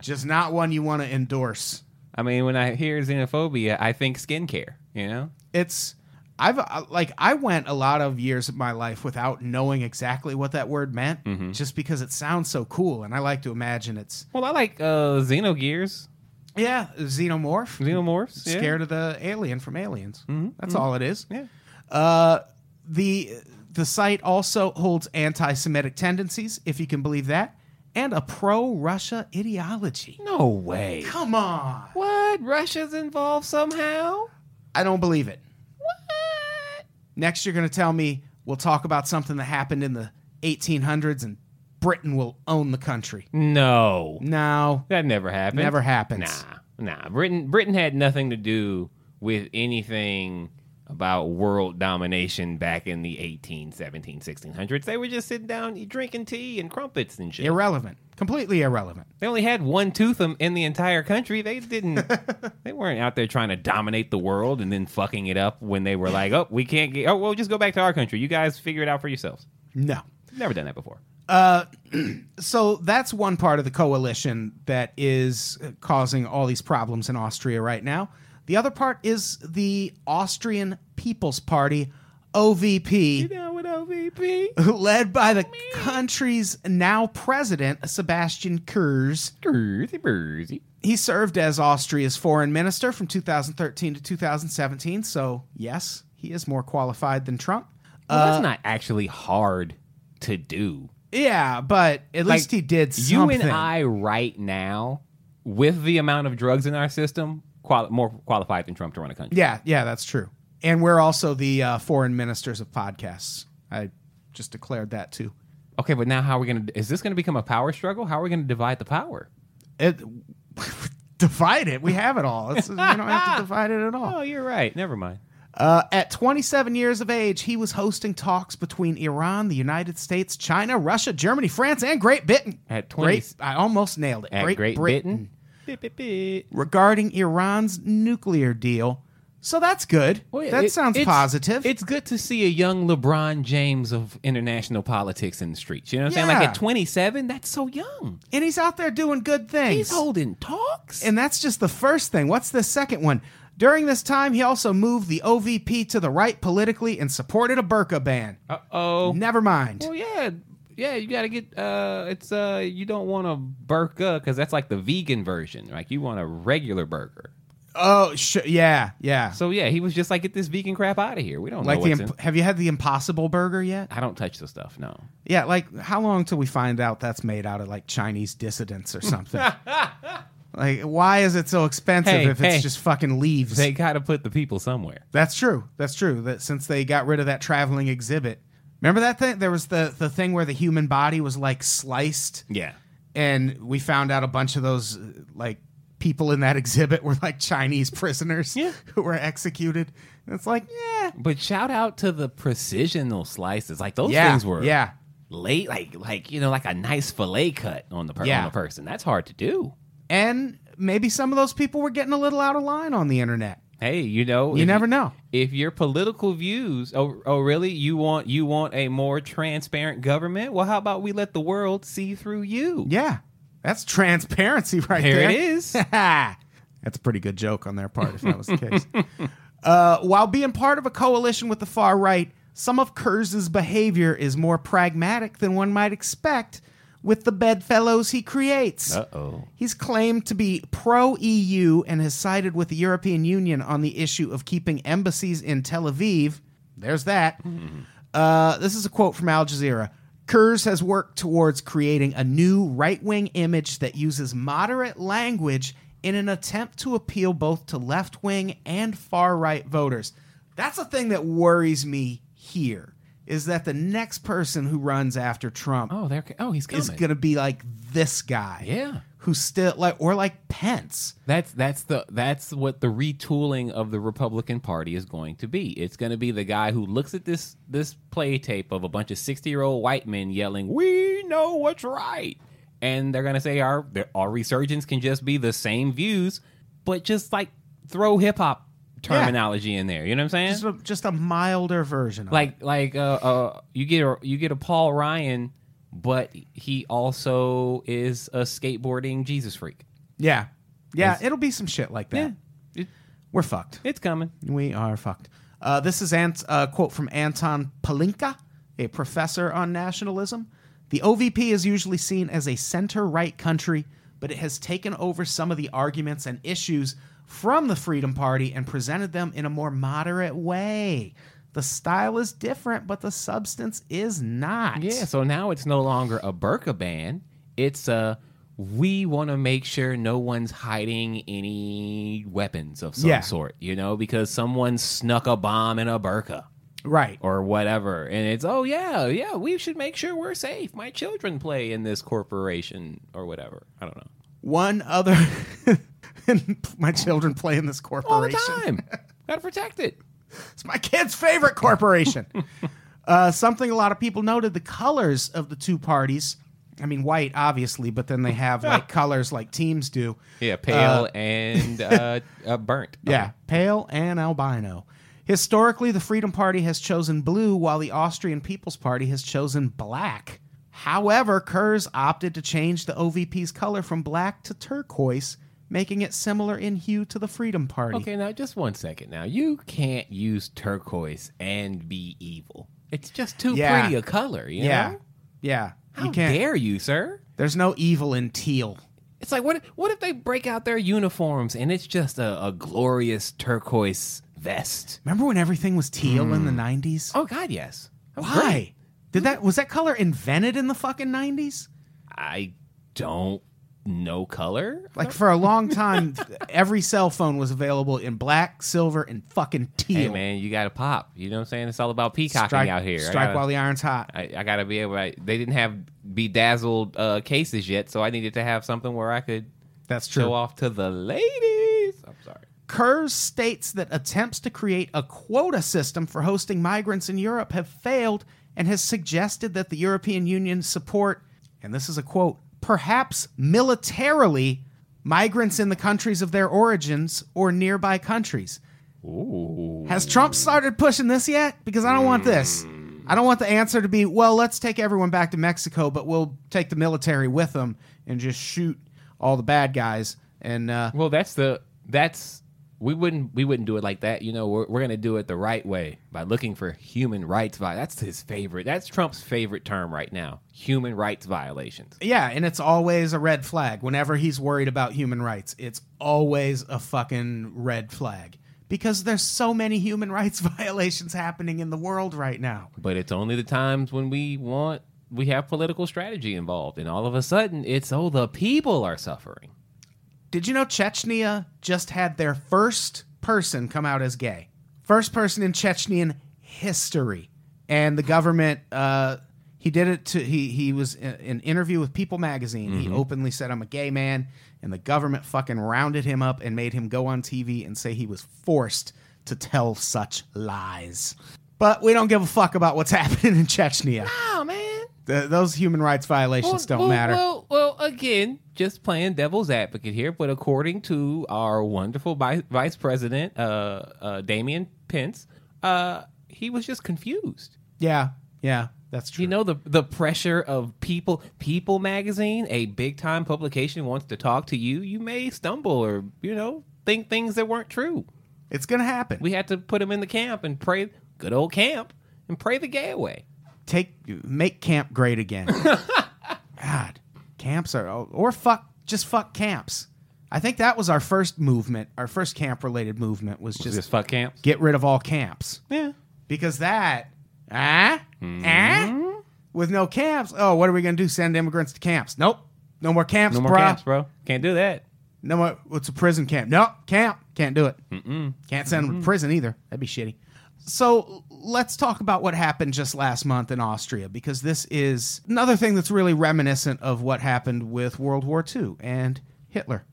C: just not one you want to endorse.
B: I mean, when I hear xenophobia, I think skincare. You know,
C: It's I've uh, like I went a lot of years of my life without knowing exactly what that word meant
B: Mm-hmm.
C: just because it sounds so cool and I like to imagine it's
B: Well, I like uh, Xenogears,
C: yeah, xenomorph.
B: Xenomorphs. yeah. Mm-hmm.
C: scared of the alien from aliens. That's all it is.
B: Yeah.
C: Uh, the the site also holds anti-Semitic tendencies, if you can believe that, and a pro-Russia ideology.
B: No way.
C: Come on,
B: What? Russia's involved somehow?
C: I don't believe it. Next, you're going to tell me we'll talk about something that happened in the 1800s and Britain will own the country.
B: No.
C: No,
B: That never happened.
C: never happens.
B: Nah. Nah. Britain Britain had nothing to do with anything about world domination back in the 18, 17, 1600s. They were just sitting down drinking tea and crumpets and shit.
C: Irrelevant. Completely irrelevant.
B: They only had one tooth in- in the entire country. They didn't. they weren't out there trying to dominate the world and then fucking it up when they were like, "Oh, we can't get. Oh, well, just go back to our country. You guys figure it out for yourselves."
C: No.
B: Never done that before.
C: So that's one part of the coalition that is uh, causing all these problems in Austria right now. The other part is the Austrian People's Party, OVP,
B: down with OVP?
C: led by the country's now president, Sebastian Kurz.
B: Jersey, Jersey.
C: He served as Austria's foreign minister from 2013 to 2017, so yes, he is more qualified than Trump. Uh,
B: Well, that's not actually hard to do.
C: Yeah, but at least he did something.
B: You and I right now, with the amount of drugs in our system, quali- more qualified than Trump to run a country.
C: Yeah, yeah, that's true. And we're also the uh, foreign ministers of podcasts. I just declared that too.
B: Okay, but now how are we gonna? Is this gonna become a power struggle? How are we gonna divide the power?
C: It, divide it. We have it all. It's, we don't have to divide it at all.
B: Oh, you're right. Never mind.
C: Uh, at 27 years of age, he was hosting talks between Iran, the United States, China, Russia, Germany, France, and Great Britain.
B: At 20
C: Great, I almost nailed it.
B: At Great, Britain. Bit, bit, bit.
C: regarding Iran's nuclear deal. So that's good.
B: Well, yeah,
C: that
B: it-
C: sounds
B: it's-
C: positive.
B: It's good to see a young LeBron James of international politics in the streets. You know what I'm saying?
C: Yeah.
B: Like at 27, that's so young.
C: and he's out there doing good things.
B: He's holding talks.
C: And that's just the first thing. What's the second one? During this time, he also moved the OVP to the right politically and supported a burqa ban.
B: Uh oh.
C: Never mind.
B: Well, yeah, yeah. You gotta get. Uh, it's uh, you don't want a burka because that's like the vegan version. Like you want a regular burger.
C: Oh, sh- yeah, yeah.
B: So yeah, he was just like, get this vegan crap out of here. We don't
C: like
B: know
C: the
B: what's in.
C: imp- have you had the Impossible Burger yet?
B: I don't touch the stuff. No.
C: Yeah, like how long till we find out that's made out of like Chinese dissidents or something? like, why is it so expensive
B: Hey,
C: if
B: hey.
C: it's just fucking leaves?
B: They gotta put the people somewhere.
C: That's true. That's true. That since they got rid of that traveling exhibit, remember that thing? There was the the thing where the human body was like sliced.
B: Yeah.
C: and we found out a bunch of those uh, like people in that exhibit were like Chinese prisoners
B: Yeah.
C: who were executed. And it's like, yeah,
B: But shout out to the precisional slices. Like those
C: yeah,
B: things were
C: yeah,
B: late, like like you know, like a nice fillet cut on the per-
C: Yeah.
B: on the person. That's hard to do.
C: and maybe some of those people were getting a little out of line on the internet.
B: Hey, you know,
C: You
B: if
C: never know.
B: if your political views oh, oh really you want you want a more transparent government well how about we let the world see through you
C: Yeah, that's transparency right
B: There
C: there.
B: it is.
C: that's a pretty good joke on their part, if that was the case. Uh, while being part of a coalition with the far right, some of Kurz's behavior is more pragmatic than one might expect with the bedfellows he creates.
B: uh-oh
C: He's claimed to be pro EU and has sided with the European Union on the issue of keeping embassies in Tel Aviv. There's that. Uh, this is a quote from Al Jazeera. Kurz has worked towards creating a new right wing image that uses moderate language in an attempt to appeal both to left wing and far right voters. That's a thing that worries me here is that the next person who runs after Trump
B: oh there oh he's coming
C: is going to be like this guy
B: yeah
C: who still like or like Pence.
B: that's that's the that's what the retooling of the republican party is going to be it's going to be the guy who looks at this this play tape of a bunch of 60 year old white men yelling we know what's right and they're going to say our our resurgence can just be the same views but just like throw hip-hop terminology in there you know what i'm saying
C: Just a, just a milder version. Of
B: like like uh, uh you get a you get a Paul Ryan, but he also is a skateboarding Jesus freak.
C: it. yeah, yeah, it'll be some shit like that.
B: It-
C: We're fucked.
B: it's coming.
C: We are fucked. Uh, this is a Ant- uh, quote from Anton Palinka, a professor on nationalism. The OVP is usually seen as a center right country, but it has taken over some of the arguments and issues from the Freedom Party and presented them in a more moderate way. The style is different, but the substance is not.
B: Yeah, so now it's no longer a burqa ban. It's a we want to make sure no one's hiding any weapons of some
C: Yeah.
B: sort, you know, because someone snuck a bomb in a burqa
C: Right.
B: or whatever. And it's, oh, yeah, yeah, we should make sure we're safe. My children play in this corporation or whatever. I don't know.
C: one other and my children play in this
B: All the
C: corporation
B: time. Got to protect it.
C: It's my kid's favorite corporation. uh, something a lot of people noted the colors of the two parties. I mean, white, obviously, but then they have like colors like teams do.
B: Uh,
D: Yeah, pale and uh, uh, burnt.
C: Yeah, pale and albino. Historically, the Freedom Party has chosen blue, while the Austrian People's Party has chosen black. However, Kurz opted to change the OVP's color from black to turquoise, making it similar in hue to the Freedom Party.
B: Okay, now just one second. Now you can't use turquoise and be evil. It's just too
C: Yeah.
B: pretty a color. You
C: yeah,
B: know?
C: yeah.
B: How dare you, sir?
C: There's no evil in teal.
B: It's like what? What if they break out their uniforms and it's just a, a glorious turquoise vest?
C: Remember when everything was teal in the 90s?
B: Oh God, yes. That was
C: Why?
B: great.
C: Did that was that color invented in the fucking 90s?
B: I don't know color.
C: Like for a long time every cell phone was available in black, silver and fucking
B: Hey
C: teal.
B: man, you got to pop. You know what I'm saying? It's all about peacocking
C: strike
B: out here. I
C: Strike
B: gotta,
C: while the iron's hot.
B: I, I gotta be able. I, they didn't have bedazzled uh, cases yet, so I needed to have something where I could
C: That's
B: show
C: true.
B: off to the ladies. I'm sorry.
C: Kurz states that attempts to create a quota system for hosting migrants in Europe have failed and has suggested that the European Union support, and this is a quote, perhaps militarily migrants in the countries of their origins or nearby countries.
B: Ooh.
C: Has Trump started pushing this yet? Because I don't want this. I don't want the answer to be, well, let's take everyone back to Mexico, but we'll take the military with them and just shoot all the bad guys. And uh,
B: Well, that's the that's we wouldn't we wouldn't do it like that. You know, we're we're gonna do it the right way by looking for human rights vi That's his favorite. That's Trump's favorite term right now. Human rights violations.
C: yeah, and it's always a red flag. Whenever he's worried about human rights, it's always a fucking red flag because there's so many human rights violations happening in the world right now.
B: But it's only the times when we want we have political strategy involved, and all of a sudden it's oh the people are suffering.
C: Did you know Chechnya just had their first person come out as gay? First person in Chechenian history. And the government, uh, he did it to, he, he was in an interview with People magazine. He openly said, I'm a gay man. And the government fucking rounded him up and made him go on TV and say he was forced to tell such lies. But we don't give a fuck about what's happening in Chechnya.
B: Oh man.
C: Th- those human rights violations don't
B: well,
C: matter.
B: Well, well, again, just playing devil's advocate here, but according to our wonderful vi- vice president, uh, uh, Damian Pence, uh, he was just confused.
C: yeah, yeah, that's true.
B: You know the the pressure of people. People magazine, a big time publication, wants to talk to you. You may stumble or you know think things that weren't true.
C: it's going to happen.
B: We had to put him in the camp and pray, good old camp, and pray the gay away.
C: take make camp great again. God, camps are or fuck just fuck camps. I think that was our first movement, our first camp related movement was just
B: fuck camps.
C: get rid of all camps
B: Yeah.
C: because that ah
B: Hmm?
C: ah with no camps. Oh, what are we gonna do? Send immigrants to camps? Nope, no more camps,
B: No more
C: bruh.
B: camps, bro. Can't do that.
C: No more. What's a prison camp? Nope, camp can't do it. Mm-mm. Can't send them to prison either. That'd be shitty. So let's talk about what happened just last month in Austria because this is another thing that's really reminiscent of what happened with World War II and Hitler.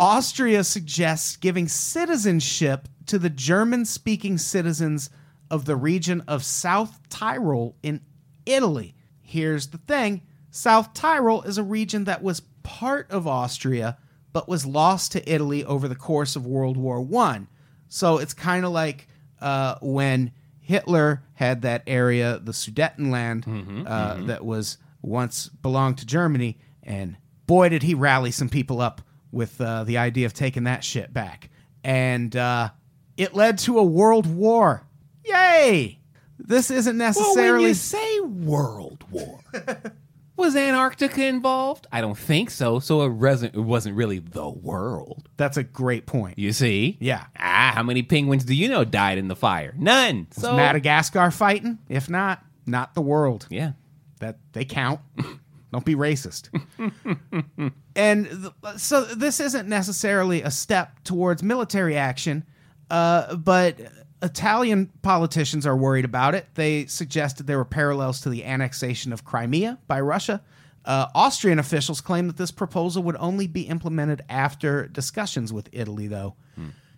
C: Austria suggests giving citizenship to the German speaking citizens of the region of South Tyrol in Italy. Here's the thing South Tyrol is a region that was part of Austria but was lost to Italy over the course of World War One. So it's kind of like uh, when Hitler had that area, the Sudetenland, uh, that was once belonged to Germany, and boy, did he rally some people up with uh, the idea of taking that shit back. And uh, it led to a world war. Yay! This isn't
B: Well, when
C: necessarily.
B: you say World War, was Antarctica involved? I don't think so. So it wasn't. It wasn't really the world.
C: that's a great point.
B: You see?
C: Yeah.
B: Ah, how many penguins do you know died in the fire? None.
C: Is
B: So
C: Madagascar fighting? If not, not the world.
B: yeah.
C: that they count. Don't be racist. and th- so this isn't necessarily a step towards military action, uh, but Italian politicians are worried about it. They suggested there were parallels to the annexation of Crimea by Russia. Uh, Austrian officials claim that this proposal would only be implemented after discussions with Italy, though.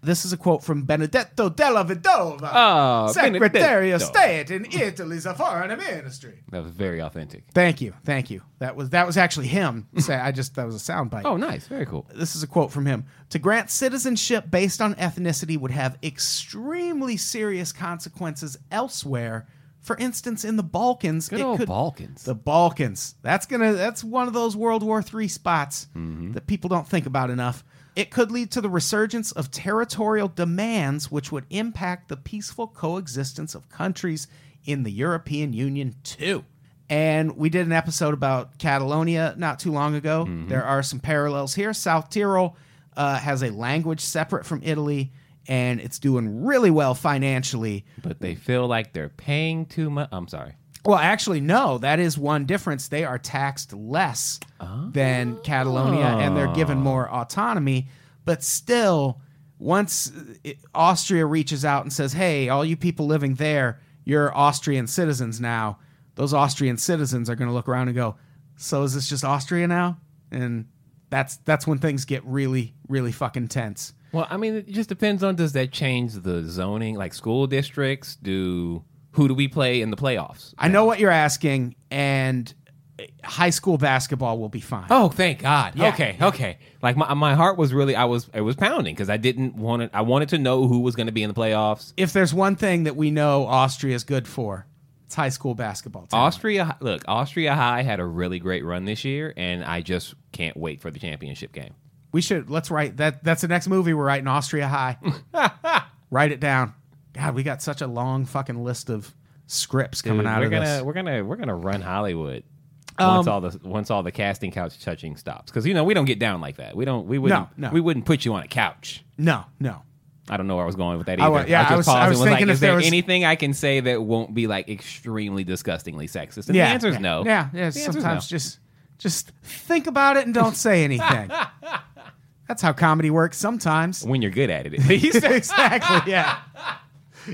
C: This is a quote from Benedetto della Vedova,
B: Oh,
C: Secretary of
B: Benedetto.
C: State in Italy's foreign ministry.
B: That was very authentic.
C: Thank you, thank you. That was that was actually him. Say, I just that was a soundbite.
B: Oh, nice. Very cool.
C: This is a quote from him. To grant citizenship based on ethnicity would have extremely serious consequences elsewhere. For instance, in the Balkans,
B: Good
C: it
B: old
C: could-
B: Balkans.
C: the Balkans. That's gonna. That's one of those World War III spots that people don't think about enough. It could lead to the resurgence of territorial demands, which would impact the peaceful coexistence of countries in the European Union too. And we did an episode about Catalonia not too long ago. There are some parallels here. South Tyrol uh, has a language separate from Italy, and it's doing really well financially.
B: but they feel like they're paying too much. I'm sorry.
C: Well, actually, no. That is one difference. They are taxed less than Catalonia, and they're given more autonomy. But still, once uh, it, Austria reaches out and says, "Hey, all you people living there, you're Austrian citizens now," those Austrian citizens are going to look around and go, "So is this just Austria now?" And that's that's when things get really, really fucking tense.
B: Well, I mean, it just depends on does that change the zoning, like school districts? Do who do we play in the playoffs?
C: I know what you're asking, and uh, high school basketball will be fine.
B: Oh, thank God.
C: Yeah.
B: Okay, okay. Like my my heart was really I was it was pounding because I didn't want it. I wanted to know who was going to be in the playoffs.
C: if there's one thing that we know Austria is good for, it's high school basketball. Team.
B: Austria, look, Austria High had a really great run this year, and I just can't wait for the championship game.
C: We should let's write that. That's the next movie we're writing. Austria High. write it down. God, we got such a long fucking list of scripts coming
B: Dude,
C: out
B: we're
C: of
B: gonna
C: this.
B: we're gonna we're gonna run Hollywood once all the once all the casting couch touching stops because you know we don't get down like that. We don't we wouldn't
C: No, no.
B: we wouldn't put you on a couch.
C: No, no.
B: I don't know where I was going with that
C: I
B: either.
C: wa- yeah, I was- I was
B: like,
C: thinking if
B: is there
C: there was-
B: anything I can say that won't be like extremely disgustingly sexist? And
C: yeah,
B: the answer is
C: yeah,
B: no.
C: Yeah, yeah.
B: The answer's
C: sometimes
B: no.
C: just just think about it and don't say anything. That's how comedy works. Sometimes
B: when you're good at it, at least.
C: exactly. Yeah.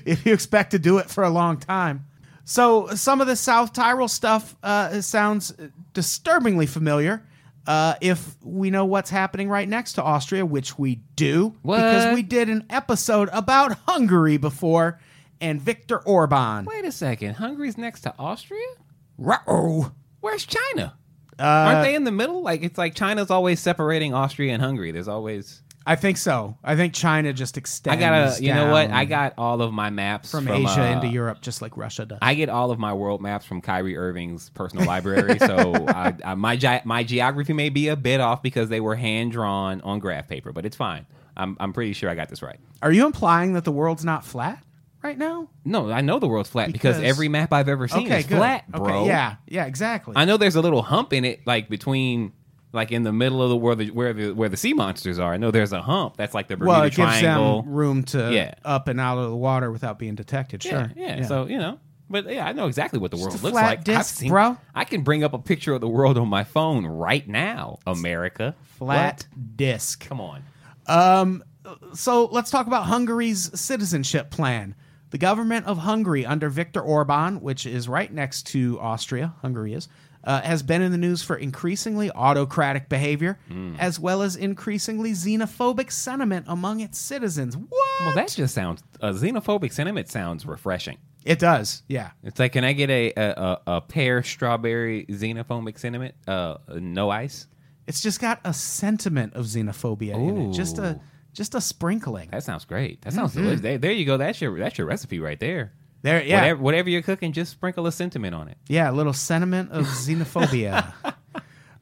C: If you expect to do it for a long time. So some of the South Tyrol stuff uh, sounds disturbingly familiar. Uh, if we know what's happening right next to Austria, which we do, because
B: What?
C: we did an episode about Hungary before, and Viktor Orban.
B: Wait a second, Hungary's next to Austria.
C: Ruh-roh.
B: Where's China?
C: Uh,
B: Aren't they in the middle? Like it's like China's always separating Austria and Hungary. There's always
C: I think so. I think China just
B: I
C: extends.
B: gotta you know what
C: down
B: I got all of my maps
C: from, Asia
B: uh,
C: into Europe, just like Russia does.
B: I get all of my world maps from Kyrie Irving's personal library, so I, I, my ge- my geography may be a bit off because they were hand drawn on graph paper, but it's fine. I'm I'm pretty sure I got this right.
C: Are you implying that the world's not flat right now?
B: No, I know the world's flat because,
C: Because-
B: every map I've ever seen
C: okay,
B: is
C: good.
B: flat, bro.
C: Okay, yeah, yeah, exactly.
B: I know there's a little hump in it, like between. Like in the middle of the where the where the, where the sea monsters are, I know there's a hump that's like the Bermuda
C: well, it gives
B: Triangle.
C: them room to
B: Yeah.
C: up and out of the water without being detected. Sure.
B: Yeah, yeah. So you know, but yeah, I know exactly what the world
C: a
B: looks
C: flat
B: like. I've
C: disc, bro.
B: I can bring up a picture of the world on my phone right now. America,
C: flat
B: What?
C: disc.
B: Come on.
C: So let's talk about Hungary's citizenship plan. The government of Hungary under Viktor Orban, which is right next to Austria, Hungary is, uh, has been in the news for increasingly autocratic behavior
B: Hmm.
C: as well as increasingly xenophobic sentiment among its citizens. What?
B: Well, that just sounds a xenophobic sentiment sounds refreshing.
C: it does. Yeah.
B: It's like, can I get a a, a, a pear strawberry xenophobic sentiment? Uh, no ice.
C: It's just got a sentiment of xenophobia in it. Just a
B: Ooh. Uh,
C: just a sprinkling.
B: That sounds great. That sounds delicious. There, there you go. That's your that's your recipe right there.
C: There, Mm-hmm. yeah,
B: Whatever, whatever you're cooking, just sprinkle a sentiment on it.
C: yeah, a little sentiment of xenophobia.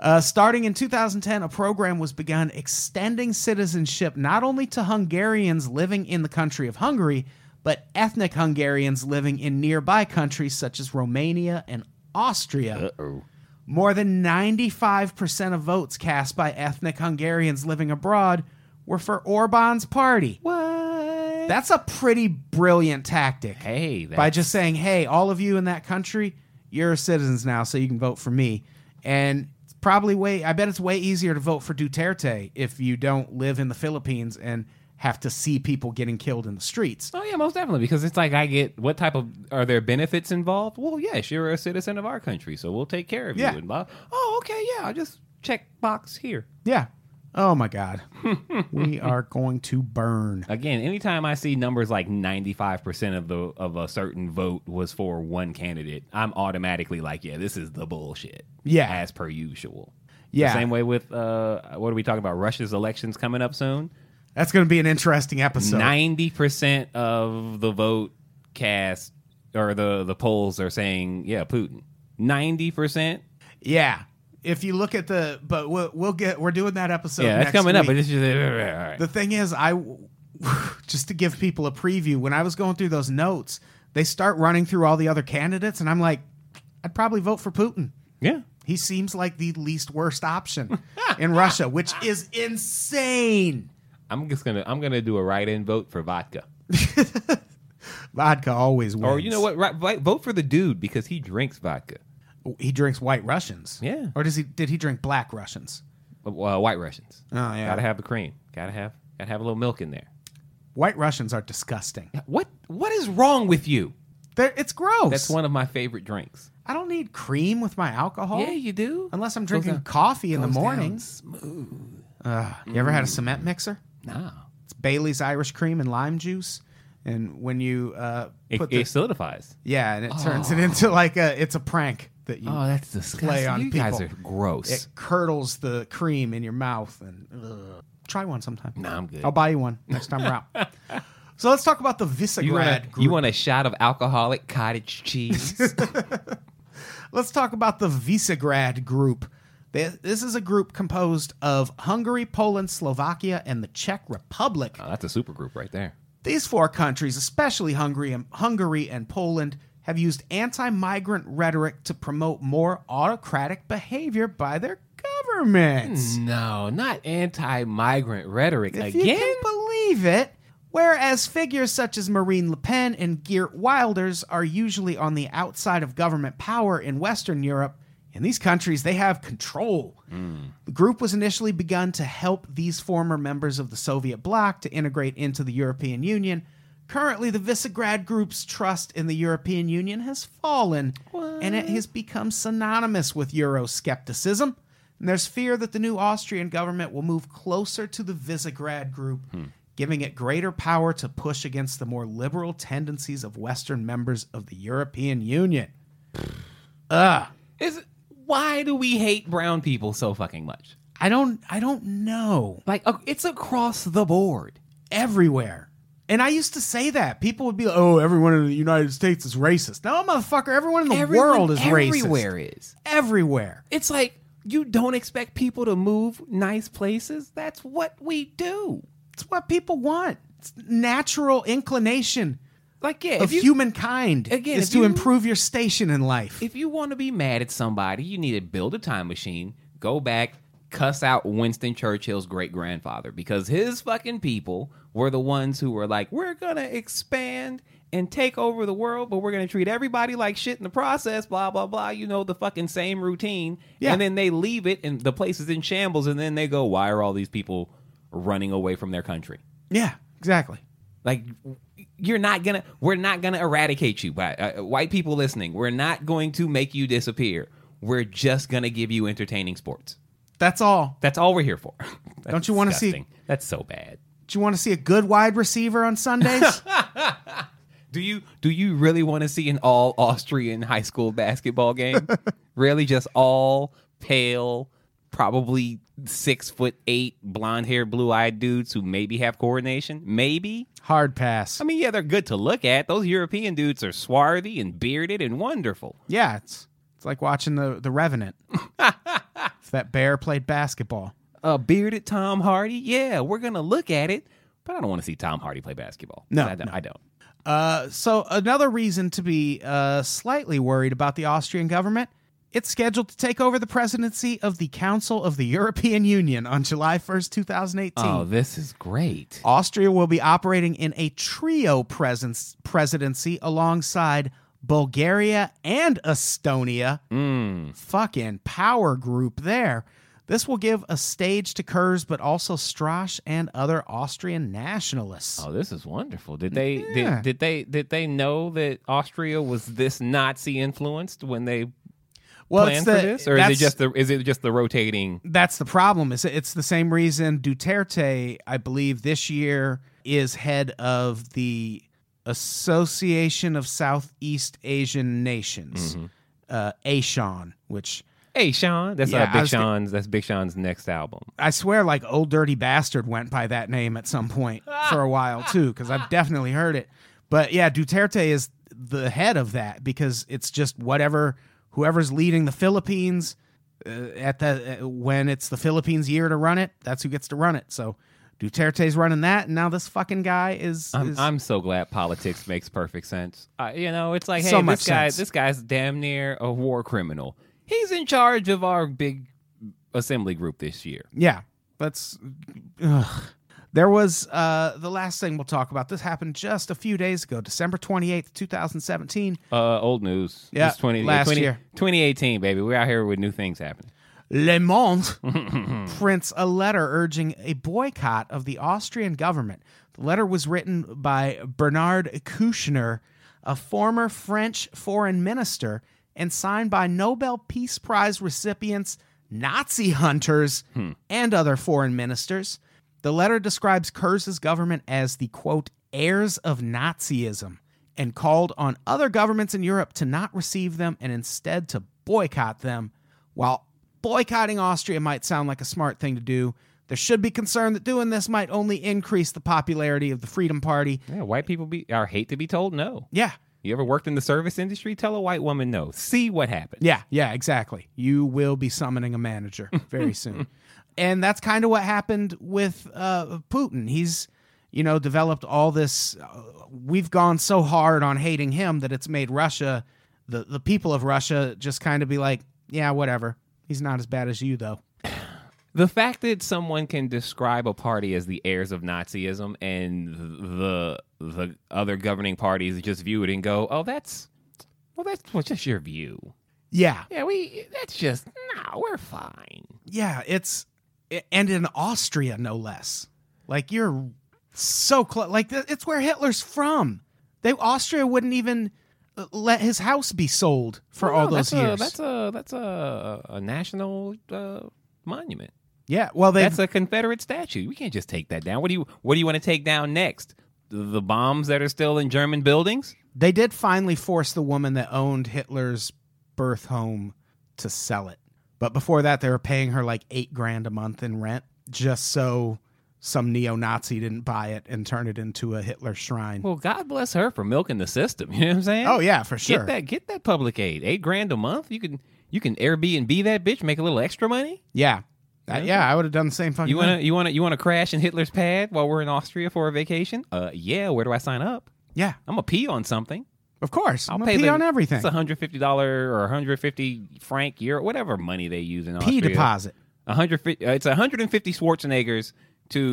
C: Uh, starting in 2010, a program was begun extending citizenship not only to Hungarians living in the country of Hungary, but ethnic Hungarians living in nearby countries such as Romania and Austria.
B: Oh,
C: More than 95% of votes cast by ethnic Hungarians living abroad were for Orban's party.
B: what?
C: That's a pretty brilliant tactic.
B: Hey, that's
C: by just saying, "Hey, all of you in that country, you're citizens now, so you can vote for me." And it's probably way I bet it's way easier to vote for Duterte if you don't live in the Philippines and have to see people getting killed in the streets.
B: Oh yeah, most definitely. Because it's like I get what type of are there benefits involved? Well, yes, you're a citizen of our country, so we'll take care of
C: Yeah.
B: you. And blah. Oh, okay, yeah. I'll just check box here.
C: Yeah. Oh my God. we are going to burn.
B: Again, anytime I see numbers like ninety-five percent of the of a certain vote was for one candidate, I'm automatically like, yeah, this is the bullshit.
C: Yeah.
B: as per usual.
C: Yeah.
B: The same way with uh, what are we talking about? Russia's elections coming up soon.
C: That's going to be an interesting episode.
B: Ninety percent of the vote cast or the the polls are saying, yeah, Putin. Ninety percent.
C: Yeah. If you look at the, but we'll, we'll get, we're doing that episode.
B: Yeah,
C: next
B: that's coming up.
C: week.
B: But it's just
D: eh,
B: alright.
C: The thing is, I just to give people a preview. When I was going through those notes, they start running through all the other candidates, and I'm like, I'd probably vote for Putin.
B: yeah.
C: He seems like the least worst option in Russia, which is insane.
D: I'm just gonna I'm gonna do a write-in vote for vodka.
C: Vodka always wins.
D: Or Oh, you know what? Right, right, vote for the dude because he drinks vodka.
C: Oh, He drinks white Russians.
D: Yeah.
C: Or does he? Did he drink black Russians?
D: Uh, well, white Russians.
C: Oh, yeah.
D: Gotta have the cream. Gotta have gotta have a little milk in there.
C: White Russians are disgusting.
D: What what is wrong with you?
C: They're, it's gross.
D: That's one of my favorite drinks.
C: I don't need cream with my alcohol.
D: Yeah, you do.
C: Unless I'm drinking
D: down-
C: coffee in the
D: Goes down
C: morning.
D: Smooth.
C: Ugh, you ever had a cement mixer?
D: Nah.
C: It's Bailey's Irish cream and lime juice. And when you uh,
B: It,
C: put
B: it
C: this,
B: solidifies.
C: yeah, and it turns it into like a, it's a prank that you.
D: Oh, that's disgusting.
C: Play on
D: you guys are
C: people.
D: gross.
C: it curdles the cream in your mouth and ugh. try one sometime.
D: No, I'm good.
C: I'll buy you one next time we're out. So let's talk about the
D: you,
C: Visegrad
D: want a,
C: group.
D: you want a shot of alcoholic cottage cheese?
B: Oh,
C: Let's talk about the Visegrad group. They- This is a group composed of Hungary, Poland, Slovakia, and the Czech Republic.
D: oh, that's a super group right there.
C: These four countries, especially Hungary and, Hungary and Poland, have used anti migrant rhetoric to promote more autocratic behavior by their
B: Hmm.
C: governments.
D: No, not anti-migrant rhetoric
C: If you
D: again.
C: can believe it. Whereas figures such as Marine Le Pen and Geert Wilders are usually on the outside of government power in Western Europe, in these countries they have control. The group was initially begun to help these former members of the Soviet bloc to integrate into the European Union. Currently, the Visegrad group's trust in the European Union has fallen, and it has become synonymous with Euroscepticism. And there's fear that the new Austrian government will move closer to the Visegrad group, giving it greater power to push against the more liberal tendencies of Western members of the European Union.
B: Is why do we hate brown people so fucking much?
C: I don't I don't know.
B: Like uh, it's across the board.
C: everywhere. And I used to say that. People would be like, oh, everyone in the United States is racist. No, motherfucker, everyone in the
B: Everyone
C: world is
B: everywhere
C: racist.
B: is.
C: Everywhere.
B: It's like you don't expect people to move nice places. That's what we do.
C: It's what people want. It's natural inclination
B: Like yeah,
C: of
B: if you
C: humankind
B: Again,
C: is
B: if
C: to
B: you-
C: improve your station in life.
B: if you want to be mad at somebody, you need to build a time machine, go back, cuss out Winston Churchill's great grandfather because his fucking people were the ones who were like, we're going to expand and take over the world, but we're going to treat everybody like shit in the process, blah, blah, blah. You know, the fucking same routine.
C: Yeah.
B: And then they leave it and the place is in shambles. And then they go, why are all these people running away from their country?
C: yeah, exactly.
B: Like you're not gonna, we're not gonna eradicate you. But uh, white people listening, we're not going to make you disappear. We're just gonna give you entertaining sports.
C: That's all.
B: That's all we're here for. That's
C: Don't you wanna see-
B: disgusting. That's so bad.
C: Do you want to see a good wide receiver on Sundays?
B: Do you do you really want to see an all Austrian high school basketball game? really, just all pale, probably six foot eight, blonde hair, blue eyed dudes who maybe have coordination, maybe.
C: Hard pass.
B: I mean, yeah, they're good to look at. Those European dudes are swarthy and bearded and wonderful.
C: Yeah, it's it's like watching the, the Revenant. if that bear played basketball.
B: A bearded Tom Hardy, yeah, we're gonna look at it, but I don't want to see Tom Hardy play basketball.
C: No,
B: I don't. I don't.
C: Uh, so another reason to be uh, slightly worried about the Austrian government. It's scheduled to take over the presidency of the Council of the European Union on July 1st, 2018.
B: Oh, this is great.
C: Austria will be operating in a trio presence, presidency alongside Bulgaria and Estonia.
B: Hmm. Mm.
C: Mm. Fucking power group there. This will give a stage to Kurz, but also Strache and other Austrian nationalists.
B: Oh, this is wonderful. Did they
C: Yeah.
B: did, did they did they know that Austria was this Nazi influenced when they
C: Well,
B: plan
C: it's
B: for
C: the-
B: this, or is it
C: that's-
B: just the is it just the rotating?
C: that's the problem is it's the same reason Duterte I believe this year is head of the Association of Southeast Asian Nations uh ASEAN which
B: Hey, Sean, that's
C: Yeah, I
B: uh, Big
C: was gonna-
B: Sean's. That's Big Sean's next album.
C: I swear like old dirty bastard went by that name at some point for a while too cuz I've definitely heard it but yeah Duterte is the head of that because it's just whatever whoever's leading the Philippines uh, at the uh, when it's the Philippines year to run it, that's who gets to run it. So Duterte's running that, and now this fucking guy is.
B: I'm,
C: is-
B: I'm so glad politics makes perfect sense. Uh, you know, it's like, hey,
C: So much
B: this guy,
C: sense.
B: this guy's damn near a war criminal. He's in charge of our big assembly group this year.
C: yeah, that's. Ugh. There was uh, the last thing we'll talk about. This happened just a few days ago, December twenty eighth, two thousand seventeen.
B: Uh, old news.
C: Yeah,
B: It's 20,
C: last
B: 20
C: year.
B: 2018, baby. We're out here with new things happening.
C: Le Monde prints a letter urging a boycott of the Austrian government. The letter was written by Bernard Kouchner, a former French foreign minister, and signed by Nobel Peace Prize recipients, Nazi hunters, and other foreign ministers. The letter describes Kurz's government as the quote, heirs of Nazism, and called on other governments in Europe to not receive them and instead to boycott them. While boycotting Austria might sound like a smart thing to do, there should be concern that doing this might only increase the popularity of the Freedom Party.
B: Yeah, white people be are hate to be told no.
C: Yeah,
B: You ever worked in the service industry? Tell a white woman no. See what happens.
C: Yeah, yeah, exactly. You will be summoning a manager very soon. And that's kind of what happened with uh, Putin. He's, you know, developed all this. Uh, we've gone so hard on hating him that it's made Russia, the, the people of Russia, just kind of be like, yeah, whatever. He's not as bad as you, though.
B: The fact that someone can describe a party as the heirs of Nazism and the the other governing parties just view it and go, "Oh, that's well, that's well, just your view."
C: Yeah,
B: Yeah, we that's just nah, we're fine.
C: yeah, it's. And in Austria, no less. Like, you're so close. Like, th- it's where Hitler's from. They Austria wouldn't even uh, let his house be sold for all
B: No,
C: those
B: that's
C: years.
B: a, that's a that's a a national uh, monument.
C: Yeah, well, they
B: That's a Confederate statue. We can't just take that down. What do you what do you want to take down next? The bombs that are still in German buildings?
C: they did finally force the woman that owned Hitler's birth home to sell it. But before that, they were paying her like eight grand a month in rent just so some neo-Nazi didn't buy it and turn it into a Hitler shrine.
B: Well, God bless her for milking the system. You know what I'm saying?
C: oh yeah, for
B: Get
C: sure.
B: that get that public aid. Eight grand a month. You can you can Airbnb that bitch, make a little extra money.
C: Yeah, Uh, Oh, yeah, I would have done the same fucking.
B: You wanna
C: thing.
B: you wanna you wanna crash in Hitler's pad while we're in Austria for a vacation? Uh yeah, where do I sign up?
C: Yeah,
B: I'm gonna pee on something.
C: of course.
B: I'll
C: I'm gonna
B: pay
C: pee
B: the-
C: on everything.
B: It's hundred fifty dollar or hundred fifty franc euro, whatever money they use in
C: Pee
B: Austria.
C: deposit.
B: A hundred fifty. Uh, it's hundred and fifty Schwarzeneggers to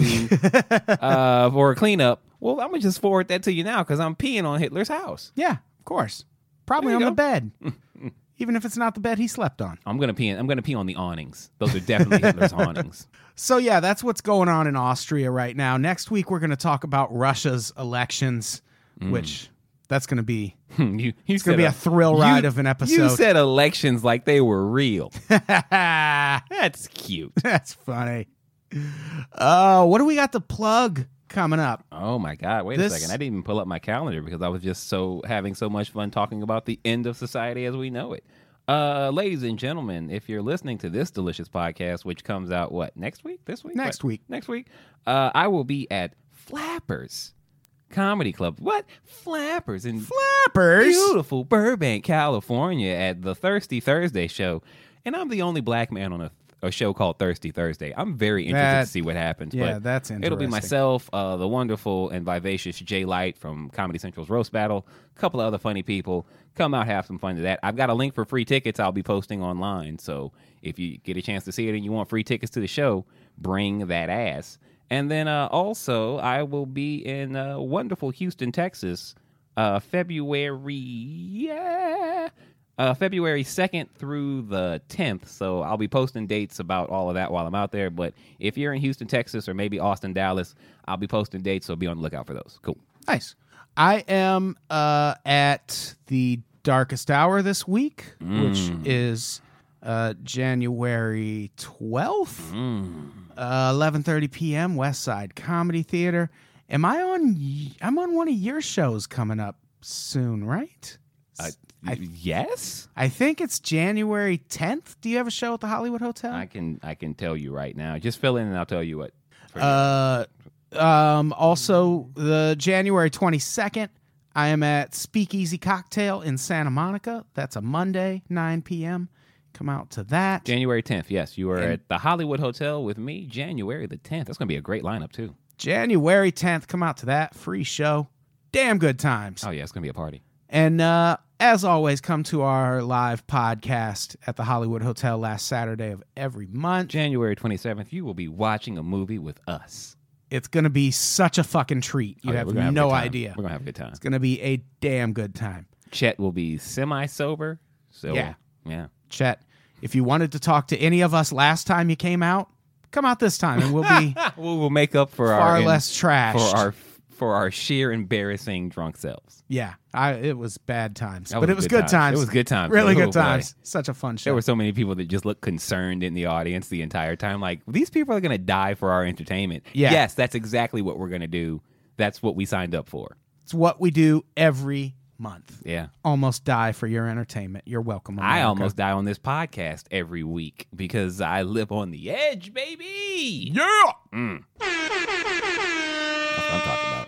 B: uh, for a cleanup. Well, I'm gonna just forward that to you now because I'm peeing on Hitler's house.
C: Yeah, of course. Probably
B: There
C: on
B: you
C: the bed, even if it's not the bed he slept on.
B: I'm gonna pee. I'm gonna pee on the awnings. Those are definitely Hitler's awnings.
C: So yeah, that's what's going on in Austria right now. Next week we're going to talk about Russia's elections,
B: Mm.
C: which that's going to be
B: Hmm, you, you
C: it's going to be a thrill ride of an
B: You
C: episode.
B: said elections like they were real. That's cute.
C: that's funny. Uh, what do we got to plug coming up?
B: Oh my God! Wait
C: This-
B: a second. I didn't even pull up my calendar because I was just so having so much fun talking about the end of society as we know it. Uh, ladies and gentlemen, if you're listening to this delicious podcast, which comes out what next week? This week?
C: Next
B: What?
C: week.
B: Next week. Uh, I will be at Flappers Comedy Club. What Flappers in
C: Flappers.
B: beautiful Burbank, California, at the Thirsty Thursday show, and I'm the only black man on a, a show called Thirsty Thursday. I'm very interested
C: That-
B: to see what happens.
C: yeah,
B: but
C: that's
B: It'll be
C: interesting.
B: myself, uh, the wonderful and vivacious Jay Light from Comedy Central's Roast Battle, a couple of other funny people. Come out, have some fun to that. I've got a link for free tickets. I'll be posting online, so if you get a chance to see it and you want free tickets to the show, bring that ass. And then uh, also, I will be in uh, wonderful Houston, Texas, uh, February yeah, uh, February second through the tenth. So I'll be posting dates about all of that while I'm out there. But if you're in Houston, Texas, or maybe Austin, Dallas, I'll be posting dates. So be on the lookout for those. Cool.
C: Nice. I am uh, at the Darkest Hour this week, which is uh, January 12th, uh, 11:30 p.m. West Side Comedy Theater. Am I on? y- I'm on one of your shows coming up soon, right?
B: I- yes,
C: I think it's January 10th. Do you have a show at the Hollywood Hotel?
B: I can. I can tell you right now. Just fill in, and I'll tell you what.
C: Uh, um, also, the January 22nd, I am at Speakeasy Cocktail in Santa Monica. That's a Monday, 9 p.m. Come out to that.
B: January 10th. Yes, you are at the Hollywood Hotel with me. January the 10th. That's gonna be a great lineup too.
C: January 10th, come out to that. Free show. Damn good times.
B: Oh yeah, it's gonna be a party.
C: And uh, as always, come to our live podcast at the Hollywood Hotel last Saturday of every month.
B: January 27th, you will be watching a movie with us.
C: It's going to be such a fucking treat. You
B: Oh, yeah,
C: have
B: we're gonna a
C: no
B: good time.
C: idea.
B: We're gonna have a good time.
C: It's going to be a damn good time.
B: Chet will be semi sober. So
C: Yeah.
B: yeah.
C: Chet, if you wanted to talk to any of us last time you came out, come out this time and we'll be
B: We'll, we'll make up for our
C: far
B: in-
C: less trash.
B: for our for our sheer embarrassing drunk selves.
C: yeah, I, it was bad times,
B: That
C: but
B: was
C: it was
B: good
C: good times.
B: times. It was good times.
C: Really
B: Oh,
C: good
B: boy.
C: times. Such a fun show.
B: There were so many people that just looked concerned in the audience the entire time. Like these people are gonna die for our entertainment.
C: Yeah.
B: Yes, that's exactly what we're gonna do. That's what we signed up for.
C: it's what we do every month.
B: Yeah.
C: Almost die for your entertainment. You're welcome.
B: I
C: America.
B: almost die on this podcast every week because I live on the edge, baby. Yeah. That's what I'm talking about.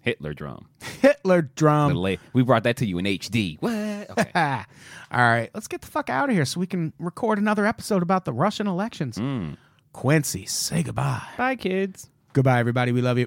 B: Hitler drum.
C: Hitler drum.
B: Little A- we brought that to you in HD. What? Okay.
C: Ah. All right, let's get the fuck out of here so we can record another episode about the
B: Hmm.
C: Russian elections. Quincy, say goodbye.
B: Bye, kids.
C: Goodbye, everybody. We love you.